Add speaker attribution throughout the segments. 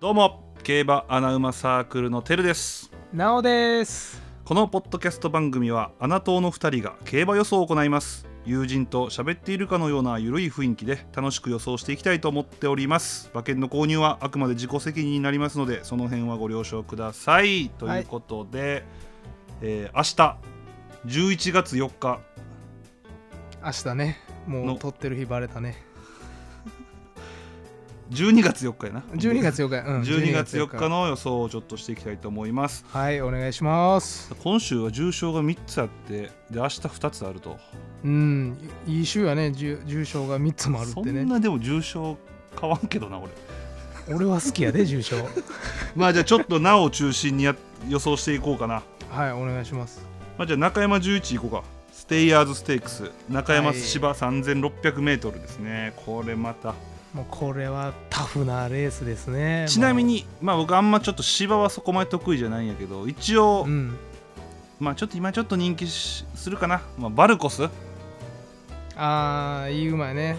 Speaker 1: どうも競馬アナウマサークルのてるです
Speaker 2: なおです
Speaker 1: このポッドキャスト番組はアナ党の2人が競馬予想を行います友人と喋っているかのような緩い雰囲気で楽しく予想していきたいと思っております馬券の購入はあくまで自己責任になりますのでその辺はご了承くださいということで、えー明日11月4日
Speaker 2: 明日ねも
Speaker 1: の
Speaker 2: う撮ってる日バレたね
Speaker 1: 12月4日やな
Speaker 2: 12月4日、うん、
Speaker 1: 12月4日の予想をちょっとしていきたいと思います
Speaker 2: はいお願いします
Speaker 1: 今週は重症が3つあってで明日2つあると
Speaker 2: うんいいい週やね重重症が3つもあるって
Speaker 1: そん
Speaker 2: ね
Speaker 1: なでも重症変わんけどな俺
Speaker 2: 俺は好き やで重症
Speaker 1: まあじゃあちょっとなお中心にや予想していこうかな、
Speaker 2: はいお願いします
Speaker 1: まあ、じゃあ中山11いこうかステイヤーズステークス中山
Speaker 2: はい
Speaker 1: 芝 3600m ですね、これまた
Speaker 2: もうこれはタフなレースですね
Speaker 1: ちなみ
Speaker 2: も
Speaker 1: にまあ僕あんまちょっと芝はそこまで得意じゃないんやけど一
Speaker 2: う
Speaker 1: 応、
Speaker 2: うん
Speaker 1: まあちょっと今ちょっと人気しするかな、まあ、バルコス、うん、
Speaker 2: ああいい馬やね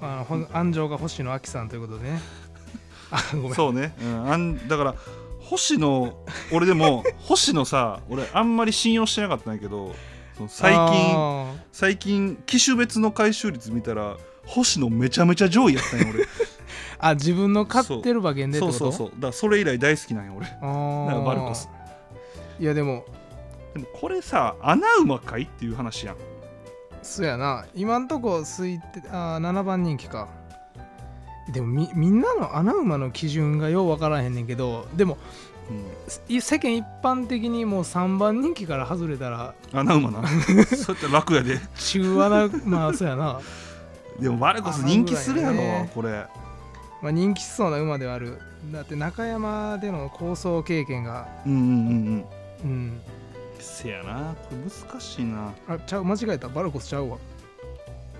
Speaker 2: あのほん安城が星野亜紀さんというこ とでねあごめん
Speaker 1: そうね、うん、あんだから星野俺でも星野さ俺あんまり信用してなかったんやけどその最近
Speaker 2: あー
Speaker 1: 最近機種別の回収率見たら星野めちゃめちゃ上位やったんや
Speaker 2: あ自分の買ってる馬券で
Speaker 1: 俺
Speaker 2: って
Speaker 1: そ
Speaker 2: こ
Speaker 1: う
Speaker 2: と
Speaker 1: そうそうだからそれ以来大好きなんや俺
Speaker 2: あー
Speaker 1: だからバルコス
Speaker 2: いやでも
Speaker 1: でもこれさ穴馬かいっていう話やん
Speaker 2: そうやな今んとこ推定あー7番人気かでもみみんなの穴馬の基準がようわからへんねんけどでも
Speaker 1: う
Speaker 2: い世間一般的にもう3番人気から外れたら
Speaker 1: ん、穴 馬なそうやったら楽やで
Speaker 2: 中穴 まあそうやな、
Speaker 1: でもバルコス人気するやろ、
Speaker 2: 穴馬やね
Speaker 1: これ
Speaker 2: まあ、人気しそうな馬ではあるだって中山での構想経験が
Speaker 1: うんうんうんうん
Speaker 2: うん
Speaker 1: せやなこれ難しいな
Speaker 2: あちゃう間違えたバルコスちゃうわ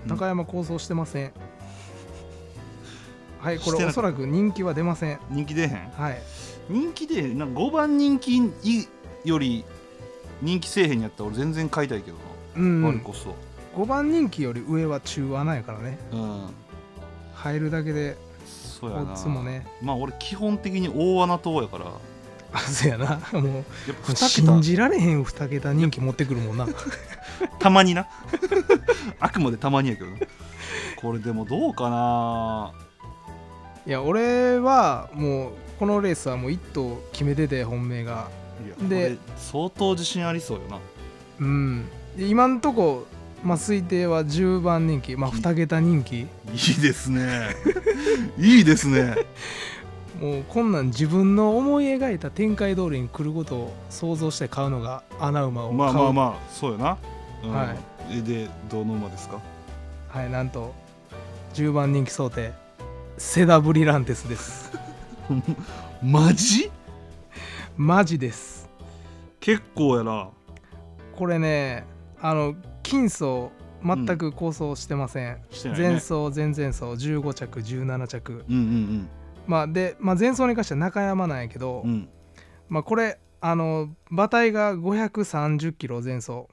Speaker 1: うん
Speaker 2: 中山構想してませんはいこ
Speaker 1: してなかっ
Speaker 2: れ
Speaker 1: た
Speaker 2: おそらく人気は出ません
Speaker 1: 人気出へん
Speaker 2: はい
Speaker 1: 人気でなんか5番人気いより人気せえへんやったら俺全然買いたいけどな、
Speaker 2: うん
Speaker 1: バルコスを、
Speaker 2: 5番人気より上は中穴やからね
Speaker 1: うん、
Speaker 2: 入るだけで
Speaker 1: そう
Speaker 2: オ
Speaker 1: やな
Speaker 2: ッズもね
Speaker 1: まあ俺基本的に大穴党やからやっ
Speaker 2: あそうやなもう
Speaker 1: ぱ
Speaker 2: 信
Speaker 1: 2桁
Speaker 2: じられへん2桁人気持ってくるも んな
Speaker 1: たまにな あくまでたまにやけどなこれでもどうかない
Speaker 2: や俺はもうこのレースはもう1頭決めてて本命が
Speaker 1: いや
Speaker 2: で
Speaker 1: これ相当自信ありそうよな
Speaker 2: うんで今んとこ、まあ、推定は10番人気まあ2桁人気
Speaker 1: いいですね いいですね
Speaker 2: もうこんなん自分の思い描いた展開通りに来ることを想像して買うのが穴馬を買う
Speaker 1: まあまあまあそうよな、うん
Speaker 2: は
Speaker 1: えでどの馬ですか
Speaker 2: はいなんと10番人気想定セダブリランテスです
Speaker 1: マジ
Speaker 2: マジです
Speaker 1: 結構やな
Speaker 2: これねあの金層全く構想してません、
Speaker 1: してないね
Speaker 2: 前走前々走15着17着
Speaker 1: うんうん
Speaker 2: まあで、まあ、前走に関しては中山なんやけど、
Speaker 1: うんうん
Speaker 2: まあこれあの馬体が530キロ前走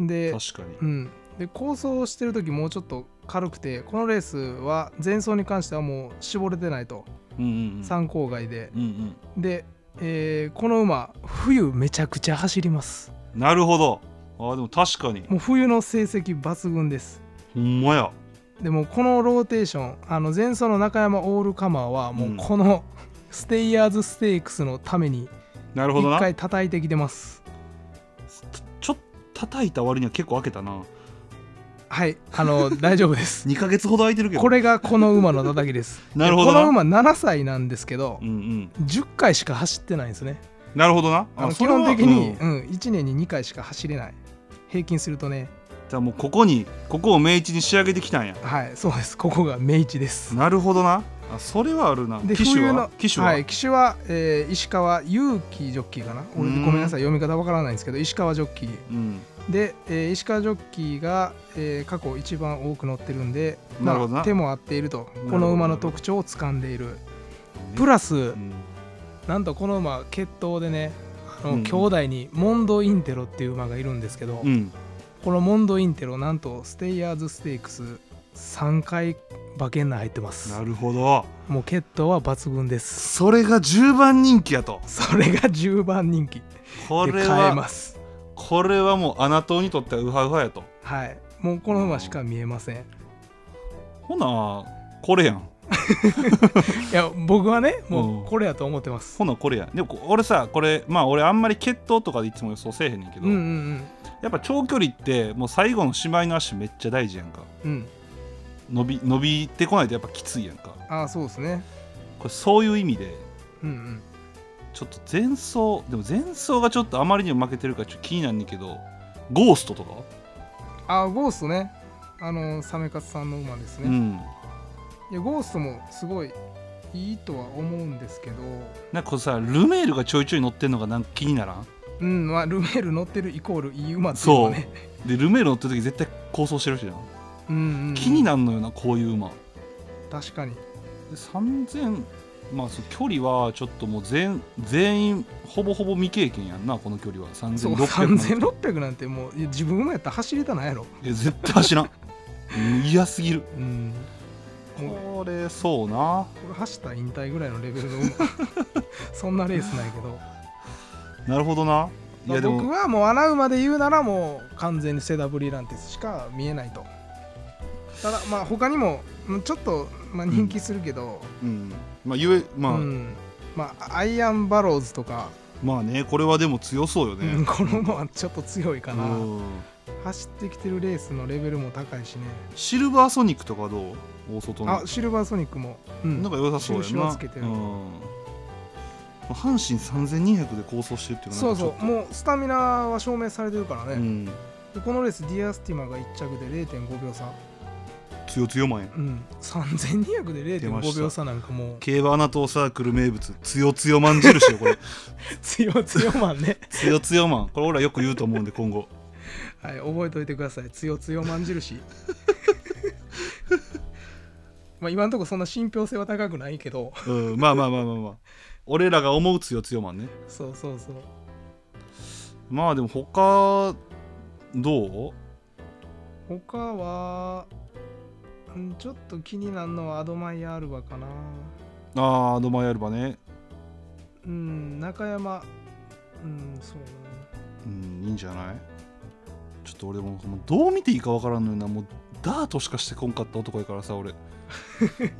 Speaker 2: で,、
Speaker 1: 確かに
Speaker 2: うん、で構想してる時もうちょっと軽くてこのレースは前走に関してはもう絞れてないと、
Speaker 1: うんうんうん
Speaker 2: 参考外で
Speaker 1: うん
Speaker 2: で、えーこの馬冬めちゃくちゃ走ります
Speaker 1: うんなるほどあーでも確かに
Speaker 2: もう冬の成績抜群です
Speaker 1: ほんまや
Speaker 2: でもこのローテーションあの前走の中山オールカマーはもうこの、 ステイヤーズステークスのために
Speaker 1: なるほど
Speaker 2: 一
Speaker 1: な
Speaker 2: 回叩いてきてます
Speaker 1: ちょっと叩いた割には結構開けたな
Speaker 2: はいあの 大丈夫です
Speaker 1: 2ヶ月ほど開いてるけど
Speaker 2: これがこの馬の叩きです
Speaker 1: なるほどな
Speaker 2: でこの馬7歳なんですけど
Speaker 1: うんうん
Speaker 2: 10回しか走ってないんですね
Speaker 1: なるほどな
Speaker 2: あの
Speaker 1: そ
Speaker 2: 基
Speaker 1: れは
Speaker 2: 本的に、
Speaker 1: うん
Speaker 2: うん1年に2回しか走れない平均するとね
Speaker 1: じゃあもうここにここを明一に仕上げてきたんや
Speaker 2: はいそうですここが明治です
Speaker 1: なるほどなあそれはあるな
Speaker 2: で
Speaker 1: 機種
Speaker 2: 冬
Speaker 1: は
Speaker 2: の
Speaker 1: 機種は、
Speaker 2: はい、騎手は、えー石川祐希ジョッキーかな俺
Speaker 1: うん
Speaker 2: ごめんなさい読み方わからないんですけど石川ジョッキー
Speaker 1: うん
Speaker 2: で、えー石川ジョッキーが、えー過去一番多く乗ってるんで、まあ
Speaker 1: なるほどな
Speaker 2: 手も合っていると
Speaker 1: ど
Speaker 2: この馬の特徴を掴んでいるプラス、
Speaker 1: うん
Speaker 2: なんとこの馬決闘でねあの、
Speaker 1: うん
Speaker 2: 兄弟にモンド・インテロっていう馬がいるんですけど、
Speaker 1: うん
Speaker 2: このモンド・インテロなんとステイヤーズ・ステークス3回馬券内入ってます
Speaker 1: なるほど
Speaker 2: もう血統は抜群です
Speaker 1: それが10番人気やと
Speaker 2: それが10番人気で
Speaker 1: これ
Speaker 2: 買え
Speaker 1: は
Speaker 2: ます
Speaker 1: これはもうアナトーにとってはウハウハやと
Speaker 2: はいもうこの馬しか見えません
Speaker 1: ほなこれやん
Speaker 2: いや僕はね
Speaker 1: う
Speaker 2: も
Speaker 1: ん
Speaker 2: うこれやと思ってます
Speaker 1: ほなこれやんでもこ俺さこれまあ俺あんまり決闘とかでいつも予想せえへんねんけど、
Speaker 2: うんうん
Speaker 1: やっぱ長距離ってもう最後のしまいの足めっちゃ大事やんか
Speaker 2: うんうん
Speaker 1: 伸び伸びてこないとやっぱきついやんか
Speaker 2: ああそうですね
Speaker 1: これそういう意味で
Speaker 2: うんうん
Speaker 1: ちょっと前走でも前走がちょっとあまりにも負けてるからちょっと気になんねんけどゴーストとか、
Speaker 2: ああゴーストねあのサメカツさんの馬です
Speaker 1: う
Speaker 2: ね、
Speaker 1: ん
Speaker 2: いやゴーストもすごいいいとは思うんですけど
Speaker 1: なんかこうさルメールがちょいちょい乗ってんのがなんか気にならん
Speaker 2: うんまあルメール乗ってるイコールいい馬っていうのはね
Speaker 1: でルメール乗ってる時絶対構想してるしな、
Speaker 2: う、んうん、
Speaker 1: 気に
Speaker 2: る
Speaker 1: なんのよなこういう馬で
Speaker 2: 確かに
Speaker 1: 3000まあその距離はちょっともう全全員ほぼほぼ未経験やんなこの距離は
Speaker 2: そう
Speaker 1: 3600なんて
Speaker 2: 3600なんてもういや自分馬やったら走りたないやろ
Speaker 1: いや絶対走らんうん嫌すぎる
Speaker 2: うんも
Speaker 1: こ
Speaker 2: う
Speaker 1: れそうな
Speaker 2: これ走ったら引退ぐらいのレベルの 馬そんなレースないけど
Speaker 1: なるほどな
Speaker 2: まあ僕はもう穴馬で言うならもう完全にセダブリランテスしか見えないとただまあ他にもうんちょっとまあ人気するけど、
Speaker 1: うんまあゆえ
Speaker 2: う
Speaker 1: まあ、
Speaker 2: んまあ、アイアンバローズとか、
Speaker 1: まあねこれはでも強そうよね、
Speaker 2: うんこの馬はちょっと強いかな、
Speaker 1: うん
Speaker 2: 走ってきてるレースのレベルも高いしね
Speaker 1: シルバーソニックとかはどう大外の
Speaker 2: あシルバーソニックも、うん
Speaker 1: なんか良さそうや
Speaker 2: 印は
Speaker 1: な
Speaker 2: つけて
Speaker 1: う
Speaker 2: る
Speaker 1: んまあ阪神3200で構想してるっていうの
Speaker 2: そ
Speaker 1: は
Speaker 2: うそう
Speaker 1: なんかちょっ
Speaker 2: もうスタミナは証明されてるから
Speaker 1: と
Speaker 2: ね、
Speaker 1: ん、
Speaker 2: でこのレースディアスティマが1着で0.5秒差、
Speaker 1: 強強マンや
Speaker 2: うん、3200で
Speaker 1: 出ました
Speaker 2: 0.5秒差なんかもう
Speaker 1: 競馬アナトーサークル名物強強マン印よこれ
Speaker 2: 強強マンね
Speaker 1: 強強マンこれ俺らよく言うと思うんで今後
Speaker 2: はい覚えておいてください強強まん印 まあ今のところそんな信憑性は高くないけど
Speaker 1: うんまあまあまあまあまあ俺らが思う強強マンね
Speaker 2: そうそうそう
Speaker 1: まあでも他どう
Speaker 2: 他はうんちょっと気になるのはアドマイアールバかな
Speaker 1: ああドマイアルバね
Speaker 2: うん中山うんそう
Speaker 1: うんいいんじゃないちょっと俺ももうどう見ていいかわからんのよなもうダートしかしてこんかった男やから さ俺も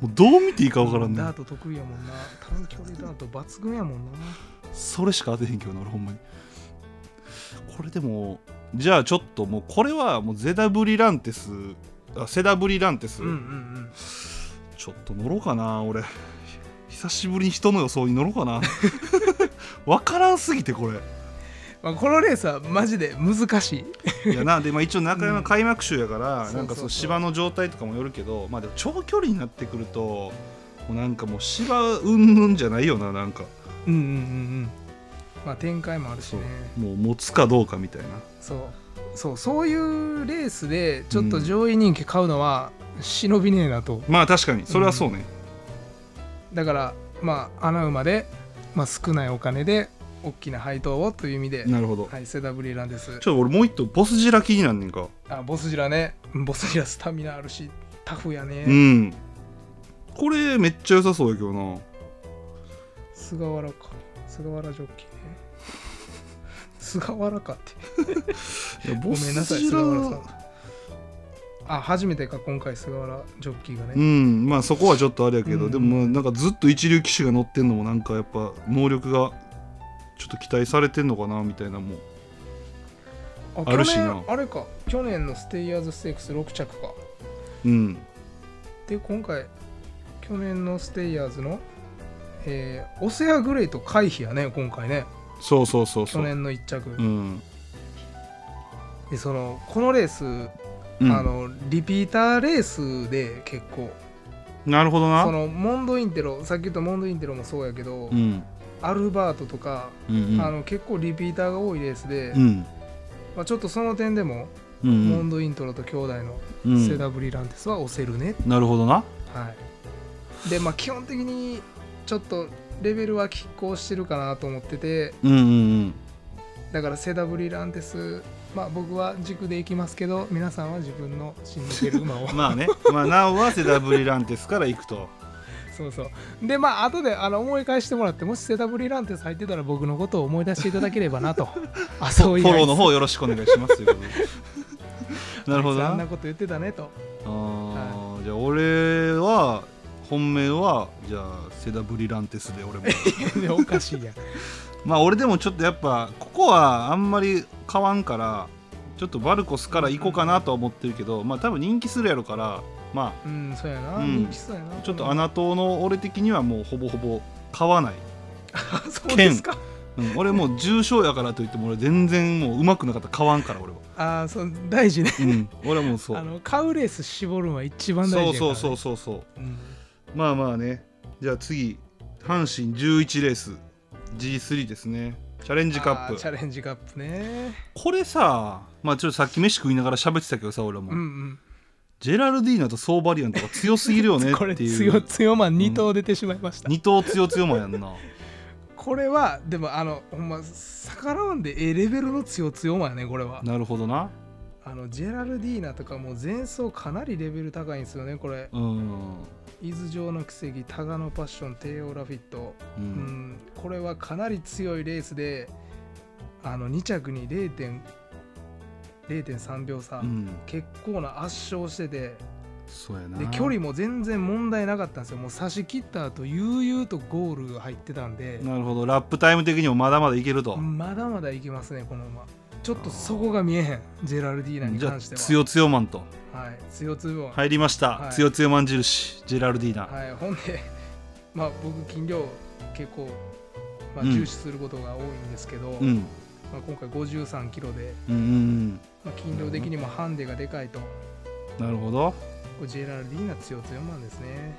Speaker 1: うどう見ていいか
Speaker 2: だ
Speaker 1: わからんね
Speaker 2: ダート得意やもんな短距離ダート抜群やもんな
Speaker 1: それしか当てへんけどな俺ほんまにこれでもじゃあちょっともうこれはもうゼダブリランテスあセダブリランテス、
Speaker 2: うんうんうん
Speaker 1: ちょっと乗ろうかな俺ひ 久しぶりに人の予想に乗ろうかな わからんすぎてこれ
Speaker 2: まあ、このレースはマジで難しい
Speaker 1: いや なで、まあ、一応中山開幕週やから、
Speaker 2: うん
Speaker 1: なんかそ
Speaker 2: そうそうそ
Speaker 1: の
Speaker 2: う
Speaker 1: 芝の状態とかもよるけど、まあ、でも長距離になってくるともうなんかもう芝うんぬんじゃないよななんか
Speaker 2: うんうんうんうんまあ展開もあるしね
Speaker 1: もう持つかどうかみたいな
Speaker 2: そうそうそういうレースでちょっと上位人気買うのは忍びねえなと、
Speaker 1: まあ確かにそれはそうね、
Speaker 2: だからまあ穴馬で、まあ、少ないお金で大きな配当をという意味で、
Speaker 1: なるほど、
Speaker 2: はいセダブリーランです
Speaker 1: ちょっと俺もう一頭ボスジラ気になんねんか、
Speaker 2: あボスジラねボスジラスタミナあるしタフやね、
Speaker 1: うんこれめっちゃ良さそうやけどな
Speaker 2: 菅原か菅原ジョッキーね 菅原かって
Speaker 1: いや
Speaker 2: ごめんな
Speaker 1: ボ
Speaker 2: さい
Speaker 1: スジ
Speaker 2: 菅
Speaker 1: ラ
Speaker 2: 原さんあ初めてか今回菅原ジョッキーがね、
Speaker 1: うんまあそこはちょっとあれやけど、
Speaker 2: うん
Speaker 1: でもまあなんかずっと一流騎手が乗ってんのもなんかやっぱ能力がちょっと期待されてんのかなみたいなもう
Speaker 2: あ
Speaker 1: あるし
Speaker 2: 去年
Speaker 1: な
Speaker 2: あれか去年のステイヤーズステークス6着か
Speaker 1: うん
Speaker 2: で今回去年のステイヤーズの、えーオセアグレイと回避やね今回ね
Speaker 1: そうそうそうそ
Speaker 2: 去
Speaker 1: う
Speaker 2: 年の1着、
Speaker 1: うん、
Speaker 2: でそのこのレース、
Speaker 1: うん
Speaker 2: あのリピーターレースで結構
Speaker 1: なるほどな
Speaker 2: そのモンドインテロさっき言ったモンドインテロもそうやけど、
Speaker 1: うん
Speaker 2: アルバートとか、
Speaker 1: うんうん
Speaker 2: あの結構リピーターが多いレースで、
Speaker 1: うん
Speaker 2: まあ、ちょっとその点でも、
Speaker 1: うんうん
Speaker 2: モンドイントロと兄弟の
Speaker 1: うん
Speaker 2: セダブリランテスは押せるね
Speaker 1: なるほどな
Speaker 2: はい、でまあ基本的にちょっとレベルは拮抗してるかなと思ってて
Speaker 1: うんうん
Speaker 2: だからセダブリランテスまあ僕は軸でいきますけど皆さんは自分の死んでる馬 を
Speaker 1: まあね、まあ、なおはセダブリランテスから行くと。
Speaker 2: そうそうでまあ後であの思い返してもらってもしセダブリランテス入ってたら僕のことを思い出していただければ なとあ
Speaker 1: フ
Speaker 2: そういう
Speaker 1: ォローの方よろしくお願いしますという ことでなるほど
Speaker 2: あいつあん
Speaker 1: な
Speaker 2: な。こと言ってたねと
Speaker 1: あーじゃあ俺は本命はじゃあセダブリランテスで俺も
Speaker 2: でおかしいやん
Speaker 1: まあ俺でもちょっとやっぱここはあんまり買わんからちょっとバルコスから行こうかなとは思ってるけどまあ多分人気するやろからま
Speaker 2: うんそうやな、
Speaker 1: うん
Speaker 2: 人気そうやな
Speaker 1: あちょっと穴党の俺的にはもうほぼほぼ買わない、
Speaker 2: あそうですか
Speaker 1: うん、俺もう重症やからといっても俺全然もううまくなかったら買わんから俺は、
Speaker 2: ああそう大事ね
Speaker 1: うん、俺はもうそう
Speaker 2: あの買うレース絞るのは一番大
Speaker 1: そう
Speaker 2: 事やからね、
Speaker 1: そうそうそうそう
Speaker 2: うん
Speaker 1: まあまあねじゃあ次阪神11レース G3 ですねチャレンジカッ
Speaker 2: あーチャ
Speaker 1: プ
Speaker 2: レンジカップね
Speaker 1: これさまあちょっとさっき飯食いながら喋ってたけどさ俺も、
Speaker 2: うん
Speaker 1: ジェラルディーナとソーバリアンとか強すぎるよ
Speaker 2: う
Speaker 1: ね
Speaker 2: ん
Speaker 1: っ
Speaker 2: これ
Speaker 1: てい
Speaker 2: 強
Speaker 1: う
Speaker 2: 強マン2頭出てしまいました、
Speaker 1: 二頭強強もやん な
Speaker 2: これはでもあのほんま逆らわんでええレベルの強強マンやねこれは
Speaker 1: なるほどな
Speaker 2: あのジェラルディーナとかもう前走かなりレベル高いんですよねこれ
Speaker 1: うん、
Speaker 2: 伊豆城の奇跡タガノパッション帝王ラフィット
Speaker 1: う、
Speaker 2: うんんこれはかなり強いレースであの2着に0.0 0.3秒差、
Speaker 1: うん
Speaker 2: 結構な圧勝してて
Speaker 1: そうやな
Speaker 2: で距離も全然問題なかったんですよもう差し切った後悠々とゴールが入ってたんで
Speaker 1: なるほどラップタイム的にもまだまだいけると、
Speaker 2: まだまだいきますねこの馬ちょっとそこが見えへんジェラルディーナに
Speaker 1: じゃあ
Speaker 2: 関しては
Speaker 1: 強強マンと
Speaker 2: はい、強つぶ
Speaker 1: 入りました、
Speaker 2: はい
Speaker 1: 強強マン印ジェラルディーナ、
Speaker 2: はい、ほんで まあ僕金量結構、まあ、
Speaker 1: うん
Speaker 2: 重視することが多いんですけど、
Speaker 1: うん
Speaker 2: まあ、今回53キロで、
Speaker 1: うんうん
Speaker 2: まあ、金量的にもハンデがでかいと、こ
Speaker 1: うんなるほど
Speaker 2: れジェラルディーナ強強マンですね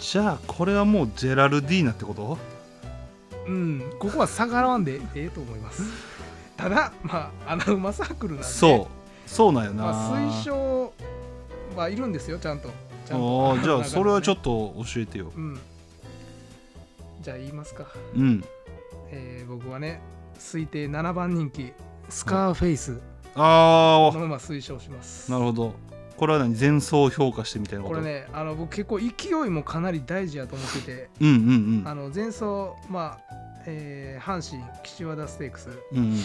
Speaker 1: じゃあこれはもうジェラルディーナってこと
Speaker 2: うんここは逆らわんでええと思います ただまあ穴馬サークルなんで
Speaker 1: そうそうなんよな、
Speaker 2: まあ、推奨はいるんですよちゃんとちゃんと
Speaker 1: あーじ ゃあそれはちょ
Speaker 2: と、
Speaker 1: っと教えてよ
Speaker 2: うん、じゃあ言いますか、
Speaker 1: うん
Speaker 2: えー僕はね推定7番人気スカーフェイス
Speaker 1: あ
Speaker 2: の
Speaker 1: あ
Speaker 2: まま推奨します
Speaker 1: なるほどこれは何前走評価してみたいなこ
Speaker 2: ことれねあの僕結構勢いもかなり大事やと思ってて
Speaker 1: うんうん
Speaker 2: あの前走まあえー阪神岸和田ステークス
Speaker 1: うんうん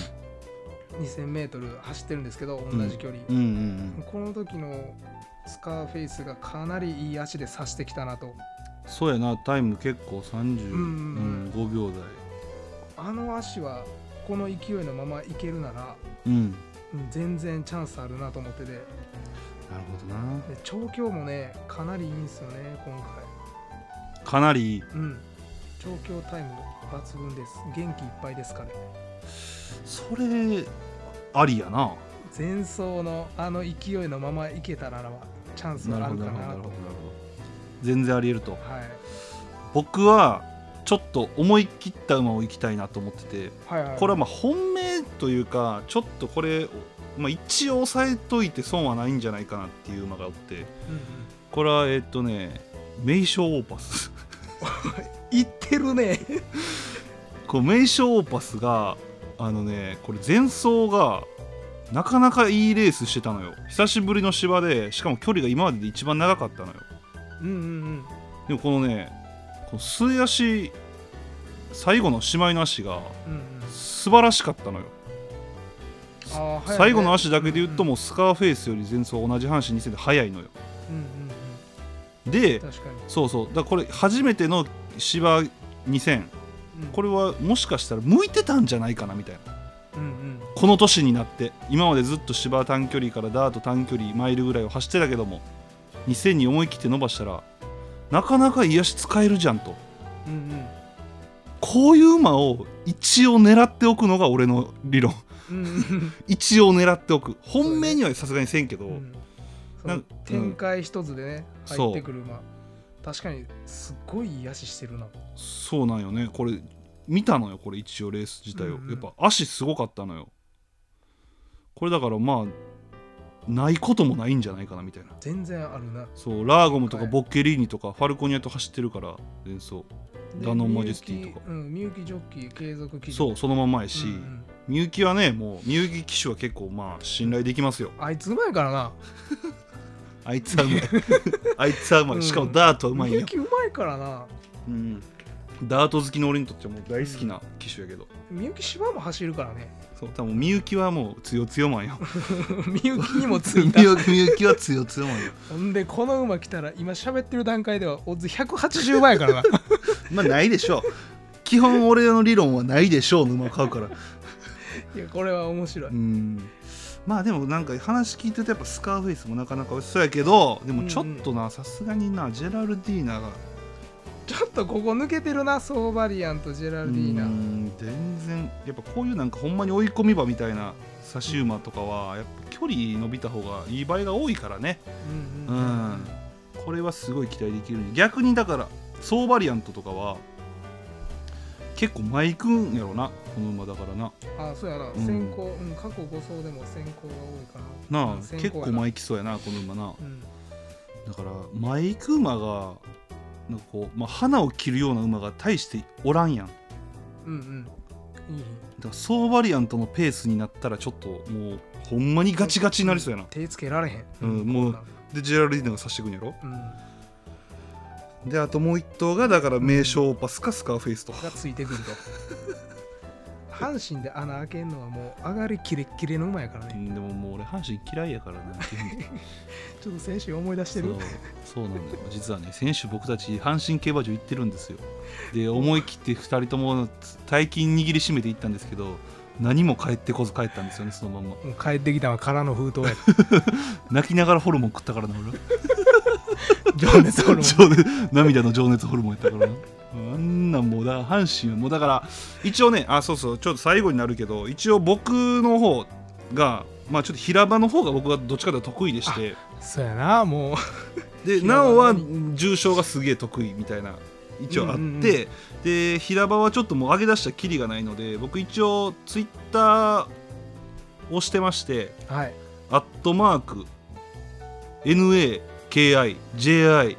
Speaker 2: 2000m 走ってるんですけど同じ距離、
Speaker 1: うんうんうん
Speaker 2: この時のスカーフェイスがかなりいい足で刺してきたなと
Speaker 1: そうやなタイム結構30、
Speaker 2: うんうん
Speaker 1: うん5秒台
Speaker 2: あの足はこの勢いのままいけるなら
Speaker 1: うん
Speaker 2: うん全然チャンスあるなと思っててで
Speaker 1: なるほどな
Speaker 2: 調教もねかなりいいんですよね今
Speaker 1: かなり
Speaker 2: 回うん調教タイム抜群です元気いっぱいですから
Speaker 1: それありやな
Speaker 2: 前走のあの勢いのままいけたらチャンスはあるかなと
Speaker 1: なるほどなるほど全然ありえると
Speaker 2: はい、
Speaker 1: 僕はちょっと思い切った馬を行きたいなと思ってて
Speaker 2: はいはいはい
Speaker 1: これはまあ本命というかちょっとこれ、まあ、一応押さえといて損はないんじゃないかなっていう馬がおって
Speaker 2: うんうん
Speaker 1: これはえっとね名称オーパス
Speaker 2: 言ってるね
Speaker 1: こう名称オーパスがあのねこれ前走がなかなかいいレースしてたのよ久しぶりの芝でしかも距離が今までで一番長かったのよ
Speaker 2: うんうんうん
Speaker 1: でもこのねこの末足最後のしまいの足が
Speaker 2: うんうん
Speaker 1: 素晴らしかったのよ
Speaker 2: あーはいはい
Speaker 1: 最後の足だけで言うともうスカーフェイスより前走同じ阪神2000で速いのよ
Speaker 2: うんうんうん
Speaker 1: で
Speaker 2: 確かに、
Speaker 1: そうそうだからこれ初めての芝2000
Speaker 2: うん、
Speaker 1: これはもしかしたら向いてたんじゃないかなみたいな
Speaker 2: うんうん
Speaker 1: この年になって今までずっと芝短距離からダート短距離マイルぐらいを走ってたけども2000に思い切って伸ばしたらなかなか癒し使えるじゃんと
Speaker 2: うんうん
Speaker 1: こういう馬を一応狙っておくのが俺の理論
Speaker 2: うんうん
Speaker 1: 一応狙っておく本命にはさすがにせんけど、
Speaker 2: うんそ
Speaker 1: な
Speaker 2: の
Speaker 1: ん
Speaker 2: 展開一つでね、
Speaker 1: うん
Speaker 2: 入ってくる馬確かにすっごい癒ししてるな
Speaker 1: そうなんよねこれ見たのよこれ一応レース自体を、
Speaker 2: うんうん
Speaker 1: やっぱ足すごかったのよこれだからまあないこともないんじゃないかなみたいな
Speaker 2: 全然あるな
Speaker 1: そうラーゴムとか
Speaker 2: はい
Speaker 1: ボッケリーニとかファルコニアと走ってるから前走
Speaker 2: で
Speaker 1: ダノンマジェスティとか
Speaker 2: みゆきうんみゆきジョッキー継続基準
Speaker 1: そうそのままやし、
Speaker 2: うん
Speaker 1: みゆきはねもうみゆき騎手は結構まあ信頼できますよ
Speaker 2: あいつうまいからな
Speaker 1: あいつはうまい あいつはうまいしかもダートはうまいん
Speaker 2: みゆ
Speaker 1: よ、
Speaker 2: きうまいからな
Speaker 1: うん、ダート好きの俺にとってはもう大好きな騎手やけど
Speaker 2: みゆき芝も走るから ね
Speaker 1: そう多分みゆきはもう強強マン よ
Speaker 2: みゆきにもつ
Speaker 1: み
Speaker 2: いた
Speaker 1: ゆきみゆきは強強マンよ
Speaker 2: ほんでこの馬来たら今喋ってる段階ではオッズ180倍や からな
Speaker 1: まあないでしょう基本俺の理論はないでしょう沼買うから
Speaker 2: いやこれは面白い
Speaker 1: うんまあでもなんか話聞いてるとやっぱスカーフェイスもなかなか美味しそうやけどでもちょっとなさすがになジェラルディーナが
Speaker 2: ちょっとここ抜けてるなソーバリアンとジェラルディーナ
Speaker 1: うん全然やっぱこういうなんかほんまに追い込み場みたいな差し馬とかはやっぱ距離伸びた方がいい場合が多いからね
Speaker 2: うん
Speaker 1: う、
Speaker 2: うんんうん
Speaker 1: これはすごい期待できるね逆にだからソーバリアントとかは結構前行くんやろなこの馬だからな
Speaker 2: あそうやな、
Speaker 1: ん
Speaker 2: 先行、うん、過去5走でも先行が多いかな
Speaker 1: なあ
Speaker 2: うん先
Speaker 1: 結
Speaker 2: 行や
Speaker 1: 構前行きそうやなこの馬な
Speaker 2: うん
Speaker 1: だから前行く馬がなんかこう、まあ、花を切るような馬が大しておらんやんだか
Speaker 2: うんうんいい
Speaker 1: らソーバリアントのペースになったらちょっともうほんまにガチガチになりそうやな
Speaker 2: 手つけられへ
Speaker 1: う
Speaker 2: ん、
Speaker 1: んもう
Speaker 2: こ
Speaker 1: でジェラルディーナが刺してくんやろ
Speaker 2: んなんうん
Speaker 1: であともう一頭がだから名称パスかスカーフェイスと
Speaker 2: がついてくると阪神で穴開けんのはもう上がりきれッキレの馬やから
Speaker 1: う
Speaker 2: ね、
Speaker 1: んでももう俺阪神嫌いやからな基本的に
Speaker 2: ちょっと選手思い出してる
Speaker 1: そうそうなんだよ実はね選手僕たち阪神競馬場行ってるんですよで思い切って2人とも大金握りしめて行ったんですけど何も帰ってこず帰ったんですよねそのまんま
Speaker 2: もう帰ってきたのは空の封筒や
Speaker 1: 泣きながらホルモン食ったからな俺は
Speaker 2: 情熱ホルモン
Speaker 1: 情熱涙の情熱ホルモンやったからなあんなんもうだ阪神もうだから一応ねあそうそうちょっと最後になるけど一応僕の方がまあちょっと平場の方が僕がどっちかというと得意でして
Speaker 2: そうやなもう
Speaker 1: で
Speaker 2: 平場
Speaker 1: なおは
Speaker 2: の
Speaker 1: 重症がすげえ得意みたいな一応あって、
Speaker 2: うんうんうん
Speaker 1: で平場はちょっともう上げ出したきりがないので僕一応ツイッターをしてまして
Speaker 2: はい
Speaker 1: アットマーク NAKIJI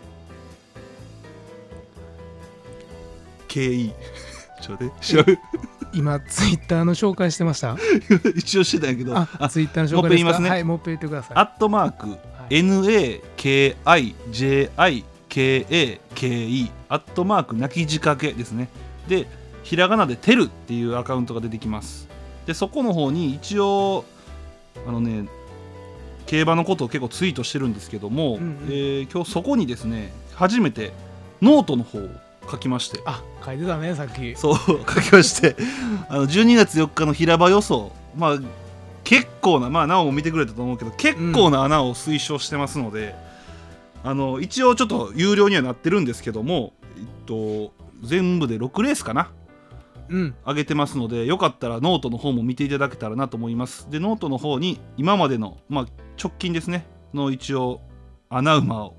Speaker 1: KE ちょっと待って調べ
Speaker 2: 今ツイッターの紹介してました
Speaker 1: 一応してたんやけど
Speaker 2: あツイッターの紹介ですか
Speaker 1: もう一遍言いますね
Speaker 2: はいもう一遍言ってください
Speaker 1: アットマーク NAKIJIKAKE アットマーク泣き仕掛けですねでひらがなで「てる」っていうアカウントが出てきますでそこの方に一応あのね競馬のことを結構ツイートしてるんですけども、
Speaker 2: うんうん
Speaker 1: えー今日そこにですね初めてノートの方を書きまして
Speaker 2: あ書いてたねさっき
Speaker 1: そう書きましてあの12月4日の平場予想まあ結構なまあなおも見てくれたと思うけど結構な穴を推奨してますので、あの一応ちょっと有料にはなってるんですけども、えっと、全部で6レースかな
Speaker 2: うん
Speaker 1: 上げてますのでよかったらノートの方も見ていただけたらなと思いますでノートの方に今までの、まあ、直近ですねの一応穴馬を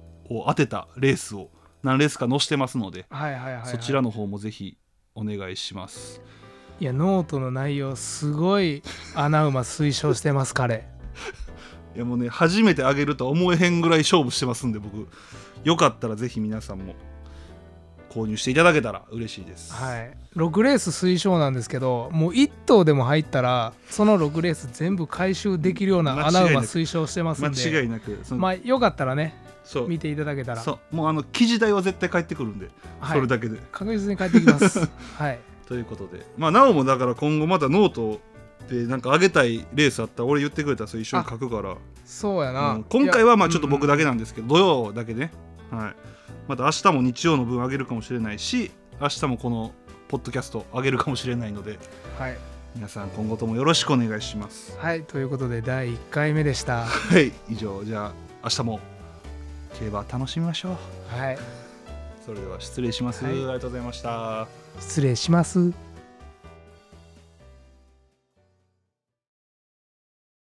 Speaker 1: 当てたレースを何レースか載してますので、
Speaker 2: はいはいはい、はい、
Speaker 1: そちらの方もぜひお願いします
Speaker 2: いやノートの内容すごい穴馬推奨してます彼
Speaker 1: いやもうね初めてあげるとは思えへんぐらい勝負してますんで僕よかったらぜひ皆さんも購入していただけたら嬉しいです
Speaker 2: はい6レース推奨なんですけどもう1頭でも入ったらその6レース全部回収できるような穴馬推奨してますんで
Speaker 1: 間違いなくその、
Speaker 2: まあよかったらね
Speaker 1: そう
Speaker 2: 見ていただけたら
Speaker 1: そうもうあの記事代は絶対返ってくるんで、
Speaker 2: はい
Speaker 1: それだけで
Speaker 2: 確実に帰ってきます はい
Speaker 1: ということでまあなおもだから今後またノートでなんかあげたいレースあったら俺言ってくれたらそれ一緒に書くから
Speaker 2: そうや
Speaker 1: う
Speaker 2: なん
Speaker 1: 今回はまあちょっと僕だ
Speaker 2: け
Speaker 1: けなんですけど、土曜だけね、はい、また明日も日曜の分あげるかもしれないし明日もこのポッドキャストあげるかもしれないので
Speaker 2: はい、
Speaker 1: 皆さん今後ともよろしくお願いします
Speaker 2: はい、ということで第1回目でした
Speaker 1: はい以上じゃあ明日も競馬楽しみましょう
Speaker 2: はい
Speaker 1: それでは失礼します、
Speaker 2: はい
Speaker 1: ありがとうございました
Speaker 2: 失礼します